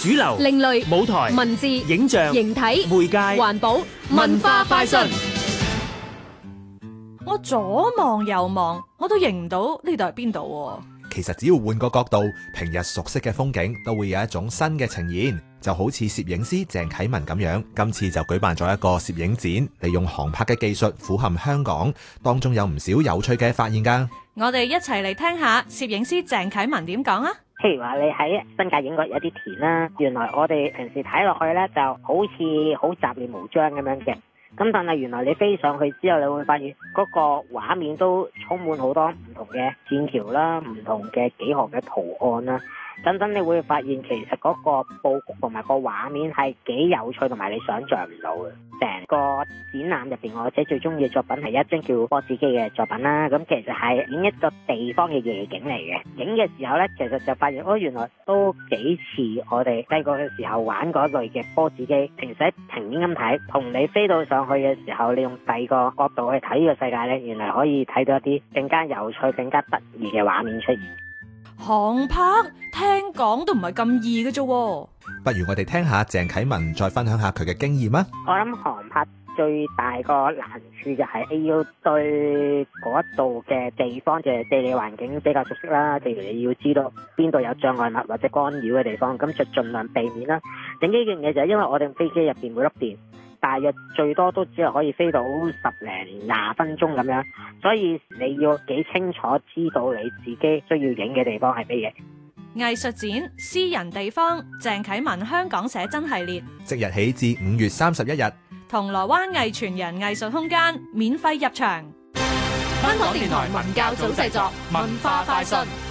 主流、另類舞台、文字、影像、形體、媒介、環保、文化快訊。我左望右望，我都認唔到呢度係邊度其實只要換個角度，平日熟悉嘅風景都會有一種新嘅呈現，就好似攝影師鄭啟文咁樣，今次就舉辦咗一個攝影展，利用航拍嘅技術俯瞰香港，當中有唔少有趣嘅發現㗎。喎。我哋一齊嚟聽下攝影師鄭啟文點講啊！譬如話你喺新界影過有啲田啦，原來我哋平時睇落去咧就好似好雜亂無章咁樣嘅，咁但係原來你飛上去之後，你會發現嗰個畫面都充滿好多唔同嘅線條啦、唔同嘅幾何嘅圖案啦。等等，你會發現其實嗰個佈局同埋個畫面係幾有趣，同埋你想像唔到嘅。成個展覽入邊，我自己最中意嘅作品係一張叫波子基嘅作品啦。咁其實係影一個地方嘅夜景嚟嘅。影嘅時候呢，其實就發現哦，原來都幾似我哋細個嘅時候玩嗰類嘅波子基。平時喺平面咁睇，同你飛到上去嘅時候，你用第二個角度去睇呢個世界呢，原來可以睇到一啲更加有趣、更加得意嘅畫面出現。航拍聽講都唔係咁易嘅啫喎。不如我哋聽下鄭啟文再分享下佢嘅經驗啊！我諗航拍最大個難處就係要對嗰度嘅地方嘅地理環境比較熟悉啦，譬如你要知道邊度有障礙物或者干擾嘅地方，咁就盡量避免啦。另一樣嘢就係因為我哋飛機入邊每粒電大約最多都只係可以飛到十零廿分鐘咁樣，所以你要幾清楚知道你自己需要影嘅地方係乜嘢。藝術展私人地方鄭啟文香港寫真系列，即日起至五月三十一日，銅鑼灣藝傳人藝術空間免費入場。香港電台文教組製作，文化快訊。